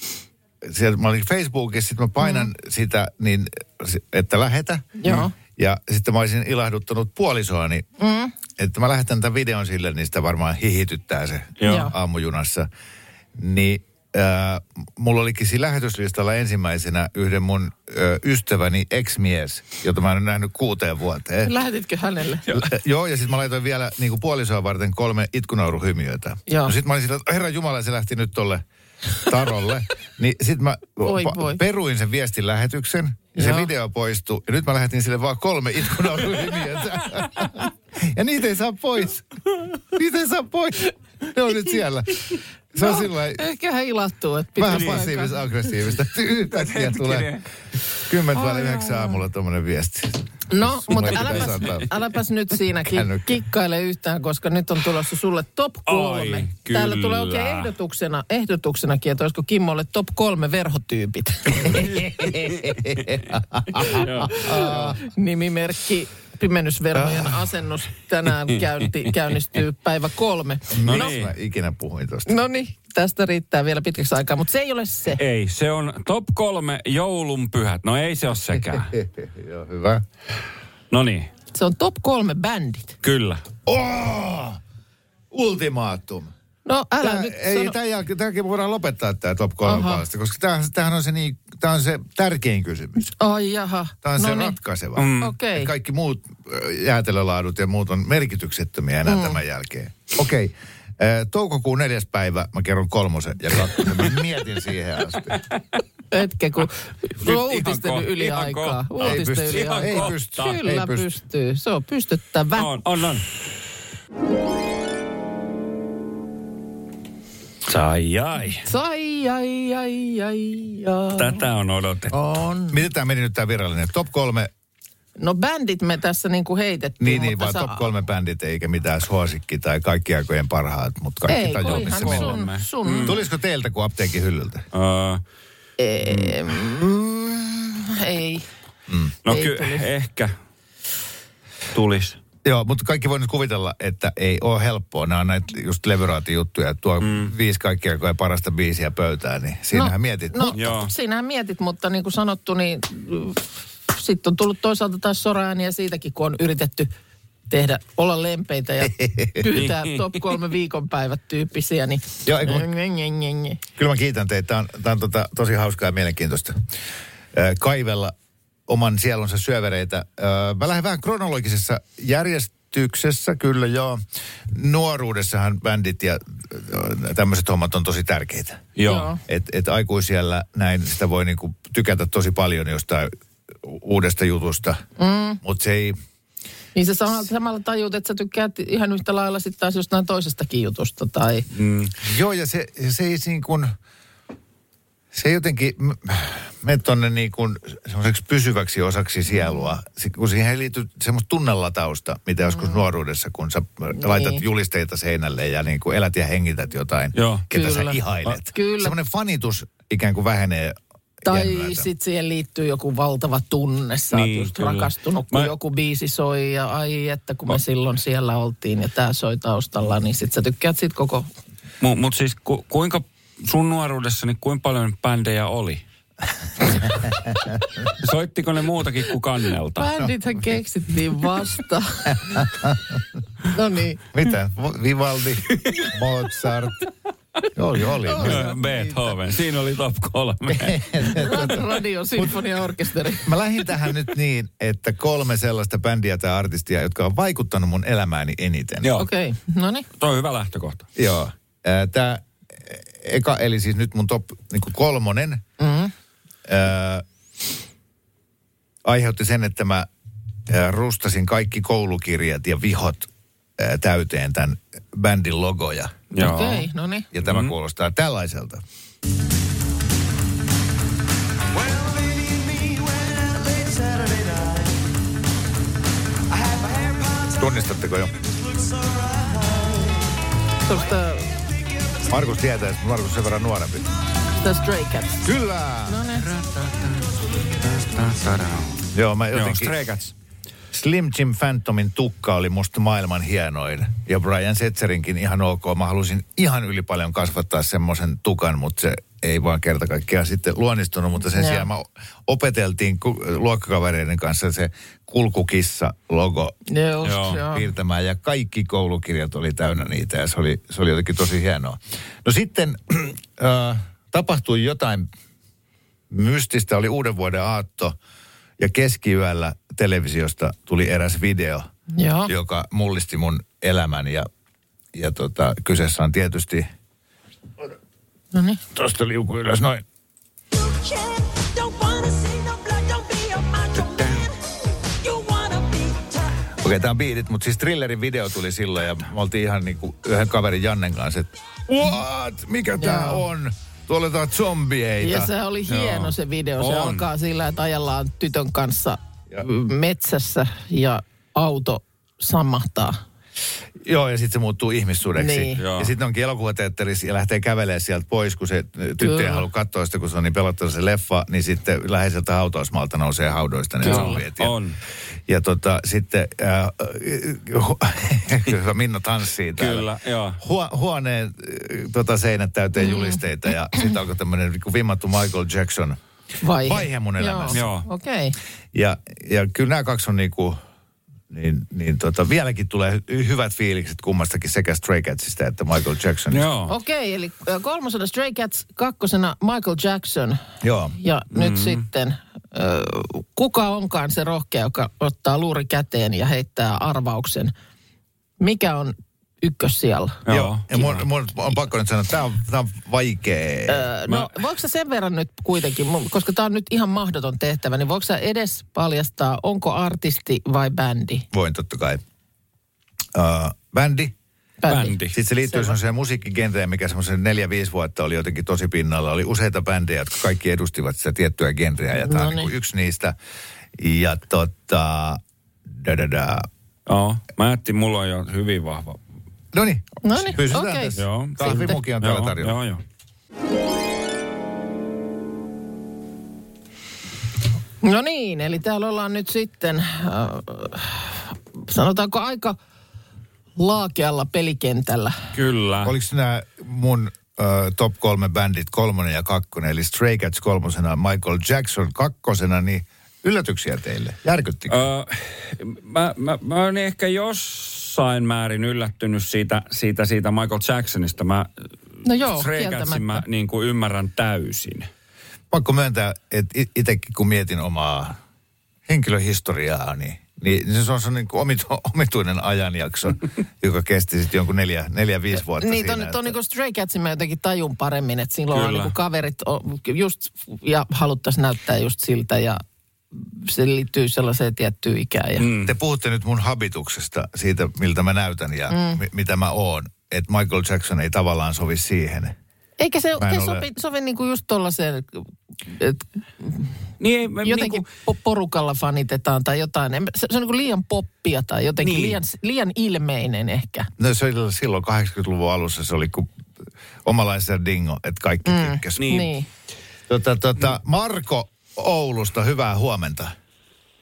[SPEAKER 5] siellä, mä olin Facebookissa, sitten mä painan mm. sitä, niin, se- että lähetä. Mm.
[SPEAKER 4] Joo.
[SPEAKER 5] Ja sitten mä olisin ilahduttanut puolisoani, mm. että mä lähetän tämän videon sille, niin sitä varmaan hihityttää se
[SPEAKER 6] Joo.
[SPEAKER 5] aamujunassa. niin äh, mulla olikin siinä lähetyslistalla ensimmäisenä yhden mun äh, ystäväni ex-mies, jota mä en ole nähnyt kuuteen vuoteen.
[SPEAKER 4] Lähetitkö hänelle?
[SPEAKER 5] Ä, Joo, ja sitten mä laitoin vielä niin kuin puolisoa varten kolme itkunauruhymiötä.
[SPEAKER 4] Joo.
[SPEAKER 5] No sitten mä olin sillä, että herra Jumala, se lähti nyt tolle tarolle. niin sitten mä
[SPEAKER 4] Voi,
[SPEAKER 5] pa-
[SPEAKER 4] voi.
[SPEAKER 5] peruin sen viestin lähetyksen, ja se
[SPEAKER 4] Joo.
[SPEAKER 5] video poistui. Ja nyt mä lähetin sille vaan kolme itkunauruhymiötä. ja niitä ei saa pois. Niitä ei saa pois. Ne on nyt siellä. Se on no, sillä lailla
[SPEAKER 4] Ehkä hän ilahtuu, että pitää
[SPEAKER 5] vähän passiivis-aggressiivista. Yhtäkkiä tulee
[SPEAKER 6] Hetkinen.
[SPEAKER 5] 10 vai 9 aamulla tuommoinen viesti.
[SPEAKER 4] No,
[SPEAKER 5] Sulla
[SPEAKER 4] mutta
[SPEAKER 5] ei
[SPEAKER 4] äläpäs,
[SPEAKER 5] pitäisi antaa.
[SPEAKER 4] äläpäs nyt siinä ki-
[SPEAKER 5] Kännykkä.
[SPEAKER 4] kikkaile yhtään, koska nyt on tulossa sulle top kolme.
[SPEAKER 6] Ai,
[SPEAKER 4] Täällä
[SPEAKER 6] kyllä.
[SPEAKER 4] tulee oikein ehdotuksena, ehdotuksenakin, että olisiko Kimmolle top kolme verhotyypit.
[SPEAKER 6] Joo.
[SPEAKER 4] Nimimerkki pimennysverhojen
[SPEAKER 5] Ah.
[SPEAKER 4] asennus tänään käynti, käynnistyy päivä kolme.
[SPEAKER 5] No,
[SPEAKER 6] No
[SPEAKER 5] no
[SPEAKER 6] niin.
[SPEAKER 5] mä ikinä puhuin tosta.
[SPEAKER 4] No niin, tästä riittää vielä pitkäksi aikaa, mutta se ei ole se.
[SPEAKER 6] Ei, se on top kolme joulunpyhät. No ei se ole sekään.
[SPEAKER 5] Joo, hyvä.
[SPEAKER 6] No niin,
[SPEAKER 4] Se on top kolme bändit.
[SPEAKER 6] kyllä.
[SPEAKER 5] Oh! Ultimaatum.
[SPEAKER 4] No älä
[SPEAKER 5] Tää,
[SPEAKER 4] nyt
[SPEAKER 5] ei,
[SPEAKER 4] sano.
[SPEAKER 5] tämän jälkeen, tämänkin voidaan lopettaa tämä top 3
[SPEAKER 4] Aha.
[SPEAKER 5] palsta, koska tämähän, tämähän on, se niin, tämä on se tärkein kysymys.
[SPEAKER 4] Ai jaha.
[SPEAKER 5] Tämä on no
[SPEAKER 4] no
[SPEAKER 5] se niin.
[SPEAKER 4] niin.
[SPEAKER 5] ratkaiseva. Mm.
[SPEAKER 4] Okei.
[SPEAKER 5] Kaikki muut ö, jäätelölaadut ja muut on merkityksettömiä enää mm. tämän jälkeen. Okei. Ö, Toukokuun neljäs päivä mä kerron kolmosen ja kakkosen. Mä mietin siihen asti.
[SPEAKER 4] Hetke, kun
[SPEAKER 6] ihan
[SPEAKER 4] uutisten
[SPEAKER 6] kohta,
[SPEAKER 4] yli
[SPEAKER 6] ihan
[SPEAKER 4] aikaa.
[SPEAKER 6] kohta.
[SPEAKER 5] Ei pysty,
[SPEAKER 4] Uutisten yli
[SPEAKER 5] ihan
[SPEAKER 4] aikaa.
[SPEAKER 5] ei pysty,
[SPEAKER 6] kohta.
[SPEAKER 5] ei
[SPEAKER 4] Kyllä
[SPEAKER 5] pysty.
[SPEAKER 4] pystyy. Se on pystyttävä.
[SPEAKER 6] On, on, on. Ai ai.
[SPEAKER 4] Ai, ai, ai, ai, ai.
[SPEAKER 6] Tätä on odotettu.
[SPEAKER 5] On. Miten tämä meni nyt tämä virallinen? Top kolme,
[SPEAKER 4] No bändit me tässä niinku heitettiin.
[SPEAKER 5] niin, niin
[SPEAKER 4] mutta
[SPEAKER 5] vaan
[SPEAKER 4] sä-
[SPEAKER 5] top kolme bändit eikä mitään suosikki tai kaikki aikojen parhaat, mutta kaikki
[SPEAKER 4] Ei,
[SPEAKER 5] tajuu,
[SPEAKER 4] kun ihan
[SPEAKER 5] missä mennään.
[SPEAKER 4] sun,
[SPEAKER 6] mennään.
[SPEAKER 4] sun
[SPEAKER 5] Mm. Tulisiko teiltä kuin apteekin hyllyltä?
[SPEAKER 6] Öö,
[SPEAKER 5] Mm.
[SPEAKER 4] ei.
[SPEAKER 6] no
[SPEAKER 4] Ei
[SPEAKER 6] kyllä,
[SPEAKER 4] tulisi.
[SPEAKER 6] ehkä tulis.
[SPEAKER 5] Joo, mutta kaikki voi nyt kuvitella, että ei ole helppoa. Nämä on näitä just levyraatijuttuja, että tuo mm. viisi kaikkia aikoja parasta biisiä pöytään, niin siinähän no, mietit.
[SPEAKER 4] No,
[SPEAKER 6] Joo.
[SPEAKER 4] sinähän mietit, mutta niin kuin sanottu, niin sitten on tullut toisaalta taas soraääniä siitäkin, kun on yritetty tehdä, olla lempeitä ja pyytää top kolme viikonpäivät tyyppisiä, niin
[SPEAKER 5] Joo, eikö-
[SPEAKER 4] Nge-nge-nge-nge.
[SPEAKER 5] Kyllä mä kiitän teitä. Tämä on, tää on tota, tosi hauskaa ja mielenkiintoista ö, kaivella oman sielunsa syövereitä. Ö, Mä lähden vähän kronologisessa järjestyksessä, kyllä joo. Nuoruudessahan bändit ja tämmöiset hommat on tosi tärkeitä.
[SPEAKER 6] Joo.
[SPEAKER 4] Joo.
[SPEAKER 5] Et, et aikuisiellä näin sitä voi niinku tykätä tosi paljon jostain u- uudesta jutusta, mm. mutta se ei...
[SPEAKER 4] Niin sä samalla, samalla tajut, että sä tykkäät ihan yhtä lailla sitten taas jostain toisestakin jutusta tai...
[SPEAKER 6] Mm,
[SPEAKER 5] Joo, ja se, se ei niin kuin, se jotenkin m- mene tuonne niin kuin semmoiseksi pysyväksi osaksi sielua, se- kun siihen ei liity semmoista tunnelatausta, mitä joskus
[SPEAKER 4] Mm.
[SPEAKER 5] nuoruudessa, kun sä laitat
[SPEAKER 4] Niin.
[SPEAKER 5] julisteita seinälle ja niin kuin elät ja hengität jotain,
[SPEAKER 6] Joo.
[SPEAKER 5] ketä
[SPEAKER 4] Kyllä.
[SPEAKER 5] sä ihailet.
[SPEAKER 4] Kyllä.
[SPEAKER 5] Semmoinen fanitus ikään kuin vähenee
[SPEAKER 4] Tai
[SPEAKER 5] iän myötä.
[SPEAKER 4] sitten siihen liittyy joku valtava tunne. Sä niin,
[SPEAKER 6] Niin,
[SPEAKER 4] just
[SPEAKER 6] kyllä.
[SPEAKER 4] rakastunut, kun mä...
[SPEAKER 6] Mä-
[SPEAKER 4] joku biisi soi ja ai, että kun me silloin siellä oltiin ja tää soi taustalla, niin sit sä tykkäät sit koko...
[SPEAKER 6] Mu- mut siis ku, kuinka sun nuoruudessa, niin kuinka paljon bändejä oli? Soittiko ne muutakin kuin kannelta?
[SPEAKER 4] Bändithän keksittiin niin vasta. no niin.
[SPEAKER 5] Mitä? Vo- Vivaldi, Mozart. Joo, joo, oli.
[SPEAKER 6] Öö, Beethoven. Siinä oli top kolme.
[SPEAKER 4] Rad- Radio Sinfoniaorkesteri.
[SPEAKER 5] Mä lähdin tähän nyt niin, että kolme sellaista bändiä tai artistia, jotka on vaikuttanut mun elämääni eniten.
[SPEAKER 6] Joo,
[SPEAKER 4] Okei, okay. no niin.
[SPEAKER 6] toi on hyvä lähtökohta.
[SPEAKER 5] Joo. Tämä eka, eli siis nyt mun top niin kolmonen, mm-hmm. ää, aiheutti sen, että mä ää, rustasin kaikki koulukirjat ja vihot ää, täyteen tämän bändin logoja.
[SPEAKER 6] Joo.
[SPEAKER 4] Okei, okay, no niin.
[SPEAKER 5] Ja tämä mm-hmm. kuulostaa tällaiselta.
[SPEAKER 7] Well, they need me when I late Saturday night. I have my hair pots,
[SPEAKER 5] Tunnistatteko jo?
[SPEAKER 7] looks alright.
[SPEAKER 4] Tuosta
[SPEAKER 5] Markus tietää, että Markus on sen verran nuorempi.
[SPEAKER 4] the Stray Cats.
[SPEAKER 5] Kyllä!
[SPEAKER 4] No niin.
[SPEAKER 5] Joo, mä
[SPEAKER 6] Joo,
[SPEAKER 5] jotenkin...
[SPEAKER 6] Stray Cats.
[SPEAKER 5] Slim Jim Phantomin tukka oli musta maailman hienoin. Ja Brian Setzerinkin ihan ok. Mä halusin ihan yli paljon kasvattaa semmoisen tukan, mutta se ei vaan kerta kaikkiaan sitten luonnistunut, mutta sen
[SPEAKER 4] Joo.
[SPEAKER 5] sijaan mä opeteltiin ku- luokkakavereiden kanssa se kulkukissa-logo
[SPEAKER 4] Just,
[SPEAKER 6] Joo.
[SPEAKER 4] joo. joo.
[SPEAKER 5] piirtämään ja kaikki koulukirjat oli täynnä niitä ja se oli, se oli jotenkin tosi hienoa. No sitten äh, tapahtui jotain mystistä, oli uuden vuoden aatto ja keskiyöllä televisiosta tuli eräs video,
[SPEAKER 4] Joo.
[SPEAKER 5] joka mullisti mun elämän ja, ja tota, kyseessä on tietysti,
[SPEAKER 4] No niin.
[SPEAKER 5] tosta liuku ylös noin, Okei, tämä on biidit, mutta siis thrillerin video tuli silloin ja me oltiin ihan niinku yhden kaverin Jannen kanssa, että what, mikä tämä
[SPEAKER 4] Niin. Joo.
[SPEAKER 5] on? Tuolla jotain zombieita.
[SPEAKER 4] Ja se oli hieno
[SPEAKER 5] Joo.
[SPEAKER 4] se video. Se
[SPEAKER 5] On.
[SPEAKER 4] alkaa sillä, että ajellaan tytön kanssa
[SPEAKER 5] Ja-
[SPEAKER 4] metsässä ja auto sammahtaa.
[SPEAKER 5] Joo, ja sitten se muuttuu ihmissudeksi.
[SPEAKER 4] Niin.
[SPEAKER 6] Joo.
[SPEAKER 5] Ja sitten onkin elokuvateatterissa ja lähtee kävelemään sieltä pois, kun se tyttö ei
[SPEAKER 4] Kyllä.
[SPEAKER 5] halua katsoa sitä, kun se on niin pelottava se leffa, niin sitten läheiseltä hautausmaalta nousee haudoista ne
[SPEAKER 6] Kyllä,
[SPEAKER 5] zombiet. Ja,
[SPEAKER 6] on.
[SPEAKER 5] Ja tota, sitten äh, Minna tanssii täällä.
[SPEAKER 6] Kyllä, joo.
[SPEAKER 5] Huo, huoneen äh, tota, seinät täyteen julisteita ja sitten alkoi tämmöinen niin vimmattu Michael Jackson.
[SPEAKER 4] Vaihe.
[SPEAKER 5] Vaihe mun elämässä.
[SPEAKER 6] Joo.
[SPEAKER 4] Okei. Okay.
[SPEAKER 5] Ja, ja kyllä nämä kaksi on niinku, niin, niin tota, vieläkin tulee hy- hyvät fiilikset kummastakin sekä Stray Catsista että Michael Jacksonista.
[SPEAKER 6] Joo.
[SPEAKER 4] Okei, eli ö, kolmosena Stray Cats, kakkosena Michael Jackson
[SPEAKER 5] Joo.
[SPEAKER 4] ja mm.
[SPEAKER 6] Mm-hmm.
[SPEAKER 4] nyt sitten ö, kuka onkaan se rohkea, joka ottaa luuri käteen ja heittää arvauksen. Mikä on ykkössijalla?
[SPEAKER 5] Joo.
[SPEAKER 6] Joo.
[SPEAKER 5] Joo. Ja mun, mun, on pakko nyt sanoa, että tämä on, tää on vaikea.
[SPEAKER 4] Öö, no mä... voiko sä sen verran nyt kuitenkin, mu- koska tämä on nyt ihan mahdoton tehtävä, niin voiko sä edes paljastaa, onko artisti vai bändi?
[SPEAKER 5] Voin totta kai. Uh, bändi.
[SPEAKER 6] Bändi.
[SPEAKER 4] Siis-
[SPEAKER 5] Sitten se liittyy semmoiseen musiikkigenreen, mikä semmoisen neljä, viisi vuotta oli jotenkin tosi pinnalla. Oli useita bändejä, jotka kaikki edustivat sitä tiettyä genreä ja tämä on
[SPEAKER 4] Noniin.
[SPEAKER 5] niinku yksi niistä. Ja tota... Da, da, da.
[SPEAKER 6] Joo. Mä ajattelin, mulla on jo hyvin vahva.
[SPEAKER 5] No niin,
[SPEAKER 4] Noniin,
[SPEAKER 5] pysytään
[SPEAKER 4] okei.
[SPEAKER 5] tässä.
[SPEAKER 6] Joo.
[SPEAKER 5] Kahvimuki on täällä
[SPEAKER 6] Joo,
[SPEAKER 5] tarjolla.
[SPEAKER 6] joo, joo.
[SPEAKER 4] No niin, eli täällä ollaan nyt sitten, äh, sanotaanko aika laakealla pelikentällä.
[SPEAKER 6] Kyllä.
[SPEAKER 5] Oliko nämä mun äh, top kolme bändit kolmonen ja kakkonen, eli Stray Cats kolmosena, Michael Jackson kakkosena, niin yllätyksiä teille? Järkyttikö?
[SPEAKER 6] Öö, mä, mä, mä olen ehkä jossain määrin yllättynyt siitä, siitä, siitä Michael Jacksonista. Mä
[SPEAKER 4] No joo,
[SPEAKER 6] Stray Catsin
[SPEAKER 4] kieltämättä.
[SPEAKER 6] mä niin kuin ymmärrän täysin.
[SPEAKER 5] Pakko myöntää, että itsekin kun mietin omaa henkilöhistoriaa, niin, niin se on se niin omitu, omituinen ajanjakso, joka kesti sitten jonkun neljä, neljä viisi vuotta
[SPEAKER 4] Niin,
[SPEAKER 5] siinä.
[SPEAKER 4] ton,
[SPEAKER 5] että-
[SPEAKER 4] ton niin Stray Catsin mä jotenkin tajun paremmin, että silloin on
[SPEAKER 6] Kyllä.
[SPEAKER 4] niin kaverit on just, ja haluttaisiin näyttää just siltä, ja se liittyy sellaiseen tiettyyn ikään. Ja... Mm.
[SPEAKER 5] Te puhutte nyt mun habituksesta, siitä miltä mä näytän ja mm. mi- mitä mä oon. Että Michael Jackson ei tavallaan sovi siihen.
[SPEAKER 4] Eikä se,
[SPEAKER 5] Mä en
[SPEAKER 4] se
[SPEAKER 5] ole-
[SPEAKER 4] sovi, sovi niin kuin just tollaiseen, että
[SPEAKER 6] Niin, ei, mä-
[SPEAKER 4] jotenkin
[SPEAKER 6] niin kuin,
[SPEAKER 4] po- porukalla fanitetaan tai jotain. En- Se, se on niin kuin liian poppia tai jotenkin
[SPEAKER 6] Niin.
[SPEAKER 4] liian, liian ilmeinen ehkä.
[SPEAKER 5] No se oli silloin 80-luvun alussa, se oli kuin omalaisensa dingo, että kaikki mm. tykkäsi.
[SPEAKER 6] Niin.
[SPEAKER 4] Niin.
[SPEAKER 5] Tota, tota, Marko Oulusta, hyvää huomenta.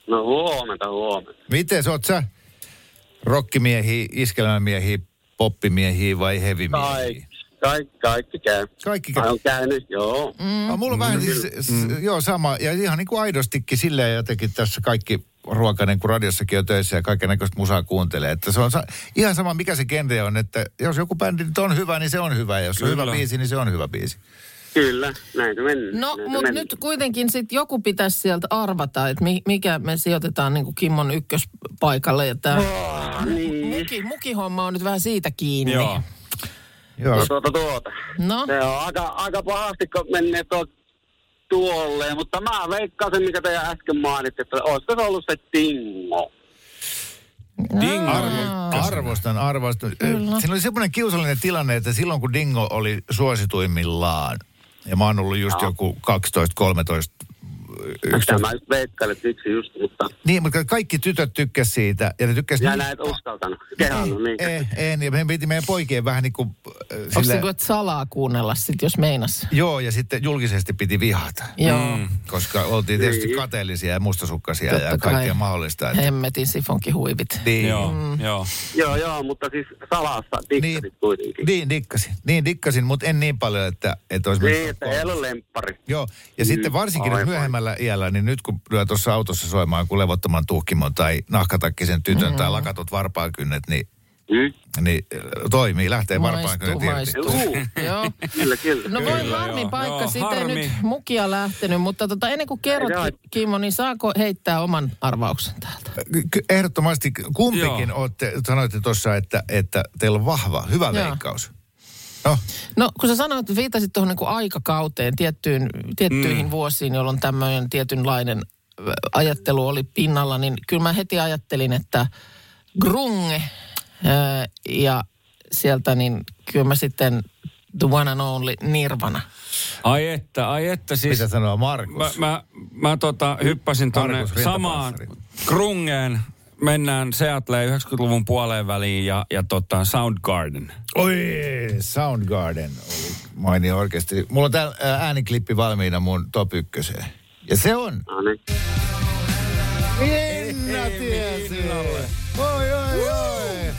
[SPEAKER 8] No huomenta, huomenta.
[SPEAKER 5] Miten oot sä? Rokkimiehiä, iskelmämiehiä, poppimiehiä vai hevimiehiä?
[SPEAKER 8] Kaikki, kaikki, kaikki käy.
[SPEAKER 5] Kaikki
[SPEAKER 8] Ai
[SPEAKER 5] käy.
[SPEAKER 8] on käynyt, joo.
[SPEAKER 5] Mm. Mulla on vähän siis, mm. joo sama, ja ihan niin kuin aidostikin silleen jotenkin tässä kaikki ruokainen, kun radiossakin on töissä ja kaiken näköistä musaa kuuntelee. Että se on sa- ihan sama, mikä se genre on, että jos joku bändi nyt on hyvä, niin se on hyvä. Ja jos on
[SPEAKER 6] Kyllä.
[SPEAKER 5] hyvä biisi, niin se on hyvä biisi.
[SPEAKER 8] Kyllä, näin se mennään.
[SPEAKER 4] No,
[SPEAKER 8] näin se
[SPEAKER 4] mutta
[SPEAKER 8] mennään.
[SPEAKER 4] nyt kuitenkin sit joku pitäisi sieltä arvata, että mi- mikä me sijoitetaan niin kuin Kimmon ykköspaikalle. Ja tää
[SPEAKER 8] Niin,
[SPEAKER 4] muki, mukihomma on nyt vähän siitä kiinni.
[SPEAKER 6] joo.
[SPEAKER 5] Joo.
[SPEAKER 8] no tuota tuota.
[SPEAKER 4] No,
[SPEAKER 8] Se on aika, aika pahasti, kun menee tuo, tuolle, mutta mä veikkaan sen, mikä teidän äsken mainitsitte, että olisiko se ollut se Tingo.
[SPEAKER 6] Dingo.
[SPEAKER 5] Arvostan, arvostan. Kyllä. Siinä oli semmoinen kiusallinen tilanne, että silloin kun Dingo oli suosituimmillaan, ja mä oon ollut just joku 12-13
[SPEAKER 8] Yksi. Tämä mä nyt veikkailin, että miksi just, mutta
[SPEAKER 5] Niin, mutta kaikki tytöt tykkäs siitä, ja ne tykkäs... niin-
[SPEAKER 8] ja näet uskaltanut. Kehannut, niin.
[SPEAKER 5] Ei, ei, niin meidän piti meidän poikien vähän niin kuin... äh,
[SPEAKER 4] Onko
[SPEAKER 5] sillä-
[SPEAKER 4] se, kun et salaa kuunnella sit, jos meinas?
[SPEAKER 5] Joo, ja sitten julkisesti piti vihata. Mm.
[SPEAKER 4] Joo.
[SPEAKER 6] Mm.
[SPEAKER 5] Koska oltiin tietysti
[SPEAKER 8] Niin.
[SPEAKER 5] kateellisia ja mustasukkaisia
[SPEAKER 4] Totta
[SPEAKER 5] ja kaikkea
[SPEAKER 4] kai.
[SPEAKER 5] mahdollista. Että,
[SPEAKER 4] Hemmetin sifonkin huivit.
[SPEAKER 5] niin,
[SPEAKER 6] Joo,
[SPEAKER 4] Mm.
[SPEAKER 6] joo.
[SPEAKER 8] Joo, joo, mutta siis salassa
[SPEAKER 5] niin,
[SPEAKER 8] dikkasit niin. kuitenkin.
[SPEAKER 5] niin, dikkasin. Niin, dikkasin, mutta en niin paljon, että, että olisi
[SPEAKER 8] Niin,
[SPEAKER 5] mennyt
[SPEAKER 8] että ei ole lemppari.
[SPEAKER 5] Joo,
[SPEAKER 6] Niin,
[SPEAKER 5] ja sitten varsinkin nyt
[SPEAKER 8] aivan.
[SPEAKER 5] myöhemmällä iällä, niin nyt kun lyö tuossa autossa soimaan kuin levottoman tuhkimon tai nahkatakkisen tytön tai lakatut varpaakynnet, niin,
[SPEAKER 8] Mm.
[SPEAKER 5] niin äh, toimii, lähtee
[SPEAKER 4] Maistuu,
[SPEAKER 5] varpaakynnet irti.
[SPEAKER 4] maistuu.
[SPEAKER 8] Juu,
[SPEAKER 4] Joo.
[SPEAKER 8] kyllä, kyllä.
[SPEAKER 4] No voi harmi
[SPEAKER 6] joo.
[SPEAKER 4] paikka,
[SPEAKER 6] Joo,
[SPEAKER 4] siitä ei
[SPEAKER 6] harmi.
[SPEAKER 4] nyt mukia lähtenyt, mutta tota, ennen kuin
[SPEAKER 8] Ei
[SPEAKER 4] kerrot,
[SPEAKER 8] näin.
[SPEAKER 4] Ki- Kimmo, niin saako heittää oman arvauksen täältä?
[SPEAKER 5] Ky- ky- Ehdottomasti kumpikin
[SPEAKER 6] Joo.
[SPEAKER 5] olette, sanoitte tuossa, että, että teillä on vahva, hyvä
[SPEAKER 4] Joo.
[SPEAKER 5] veikkaus. No,
[SPEAKER 4] No kun sä sanoit, viitasit tuohon niin aikakauteen, tiettyyn, tiettyihin mm. vuosiin, jolloin tämmöinen tietynlainen ö, ajattelu oli pinnalla, niin kyllä mä heti ajattelin, että grunge ö, ja sieltä niin kyllä mä sitten the one and only Nirvana.
[SPEAKER 6] Ai että, ai että siis...
[SPEAKER 5] mitä sanoo Markus?
[SPEAKER 6] Mä, mä, mä tota, hyppäsin tonne
[SPEAKER 5] Markus Rintapanssari.
[SPEAKER 6] samaan krungeen. Mennään Seattleen 90-luvun puoleen väliin ja, ja tota Soundgarden.
[SPEAKER 5] Oi, Soundgarden oli mainio orkesteri. Mulla on täällä ää, ääniklippi valmiina mun top ykköseen. Ja se on...
[SPEAKER 8] No niin.
[SPEAKER 5] Minna tiesi! Oi, oi, oi!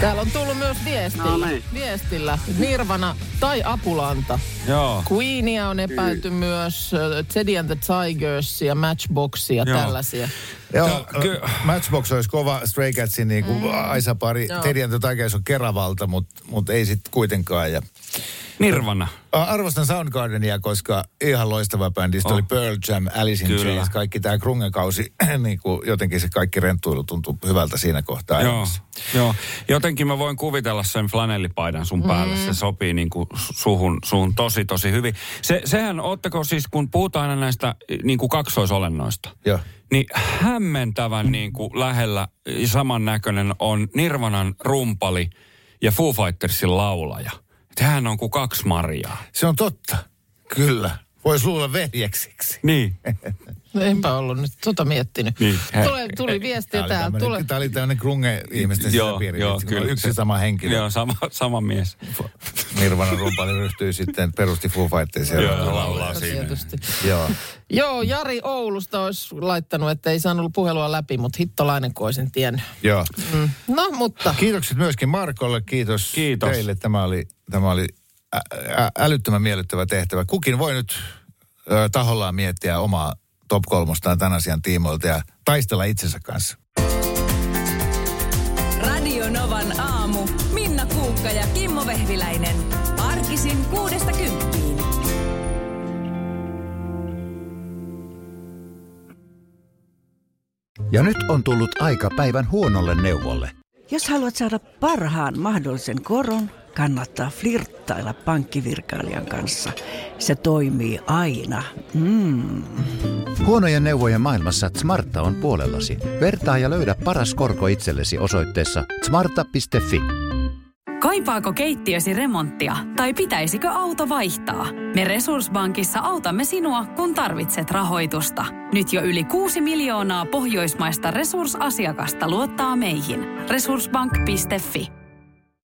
[SPEAKER 4] Täällä on tullut myös viestillä,
[SPEAKER 8] No niin.
[SPEAKER 4] viestillä Nirvana tai Apulanta.
[SPEAKER 6] Joo.
[SPEAKER 4] Queenia on epäilty myös, ö, Teddy and the Tigers ja Matchboxia,
[SPEAKER 6] Joo.
[SPEAKER 4] tällaisia.
[SPEAKER 5] Joo, äh,
[SPEAKER 6] Tää- ky-
[SPEAKER 5] Matchbox olisi kova Stray Catsin niin kuin Aisa pari.
[SPEAKER 4] Joo.
[SPEAKER 5] Teddy and the Tigers on Keravalta, mutta mut ei sitten kuitenkaan. Ja
[SPEAKER 6] Nirvana.
[SPEAKER 5] Ä, Arvostan Soundgardenia, koska ihan loistava bändi. Sitten
[SPEAKER 6] On.
[SPEAKER 5] oli Pearl Jam, Alice in
[SPEAKER 6] Oh. Kyllä.
[SPEAKER 5] Chains, kaikki tämä krungekausi. niin kuin jotenkin se kaikki renttuilu tuntui hyvältä siinä kohtaa.
[SPEAKER 6] Joo,
[SPEAKER 5] elämässä.
[SPEAKER 6] joo. Jotenkin mä voin kuvitella sen flanellipaidan sun päälle.
[SPEAKER 5] Mm.
[SPEAKER 6] Se sopii niin kuin suhun, suhun tosi, tosi hyvin. Se, sehän, ootteko siis, kun puhutaan aina näistä niin kuin kaksoisolennoista,
[SPEAKER 5] Joo.
[SPEAKER 6] niin hämmentävän niin kuin lähellä ja samannäköinen on Nirvanan rumpali ja Foo Fightersin laulaja. Tähän on kuin kaksi marjaa.
[SPEAKER 5] Se on totta. Kyllä. Voisi luulla veljeksiksi.
[SPEAKER 6] Niin.
[SPEAKER 4] No enpä ollut nyt tota miettinyt.
[SPEAKER 6] Niin.
[SPEAKER 4] Tule, tuli viestiä
[SPEAKER 5] Tämä
[SPEAKER 4] täältä.
[SPEAKER 5] oli
[SPEAKER 4] Tule.
[SPEAKER 5] tämmöinen, tämä oli tämmöinen krunge ihmisten sisäpiiri. Vitsi, kun on Yksi sama henkilö.
[SPEAKER 6] Joo, sama, sama mies.
[SPEAKER 5] Nirvanan rumpali ryhtyy sitten perusti Foo Fightersia.
[SPEAKER 6] Joo, laulaa siinä.
[SPEAKER 4] Tietysti.
[SPEAKER 5] Joo.
[SPEAKER 4] Joo, Jari Oulusta olisi laittanut, että ei saanut puhelua läpi, mutta hittolainen kun olisin tiennyt.
[SPEAKER 5] Joo.
[SPEAKER 4] Mm. No, mutta
[SPEAKER 5] Kiitokset myöskin Markolle, kiitos,
[SPEAKER 6] Kiitos.
[SPEAKER 5] teille. Tämä oli, tämä oli ä- ä- älyttömän miellyttävä tehtävä. Kukin voi nyt ö, tahollaan miettiä omaa top kolmostaan tämän asian tiimoilta ja taistella itsensä kanssa.
[SPEAKER 9] Radio Novan aamu. Minna Kuukka ja Kimmo Vehviläinen. Arkisin kuudesta kymppiin.
[SPEAKER 1] Ja nyt on tullut aika päivän huonolle neuvolle.
[SPEAKER 2] Jos haluat saada parhaan mahdollisen koron, kannattaa flirttailla pankkivirkailijan kanssa. Se toimii aina. Mm.
[SPEAKER 1] Huonojen neuvojen maailmassa Smarta on puolellasi. Vertaa ja löydä paras korko itsellesi osoitteessa smarta.fi.
[SPEAKER 3] Kaipaako keittiösi remonttia tai pitäisikö auto vaihtaa? Me Resurssbankissa autamme sinua, kun tarvitset rahoitusta. Nyt jo yli 6 miljoonaa pohjoismaista resursasiakasta luottaa meihin. Resurssbank.fi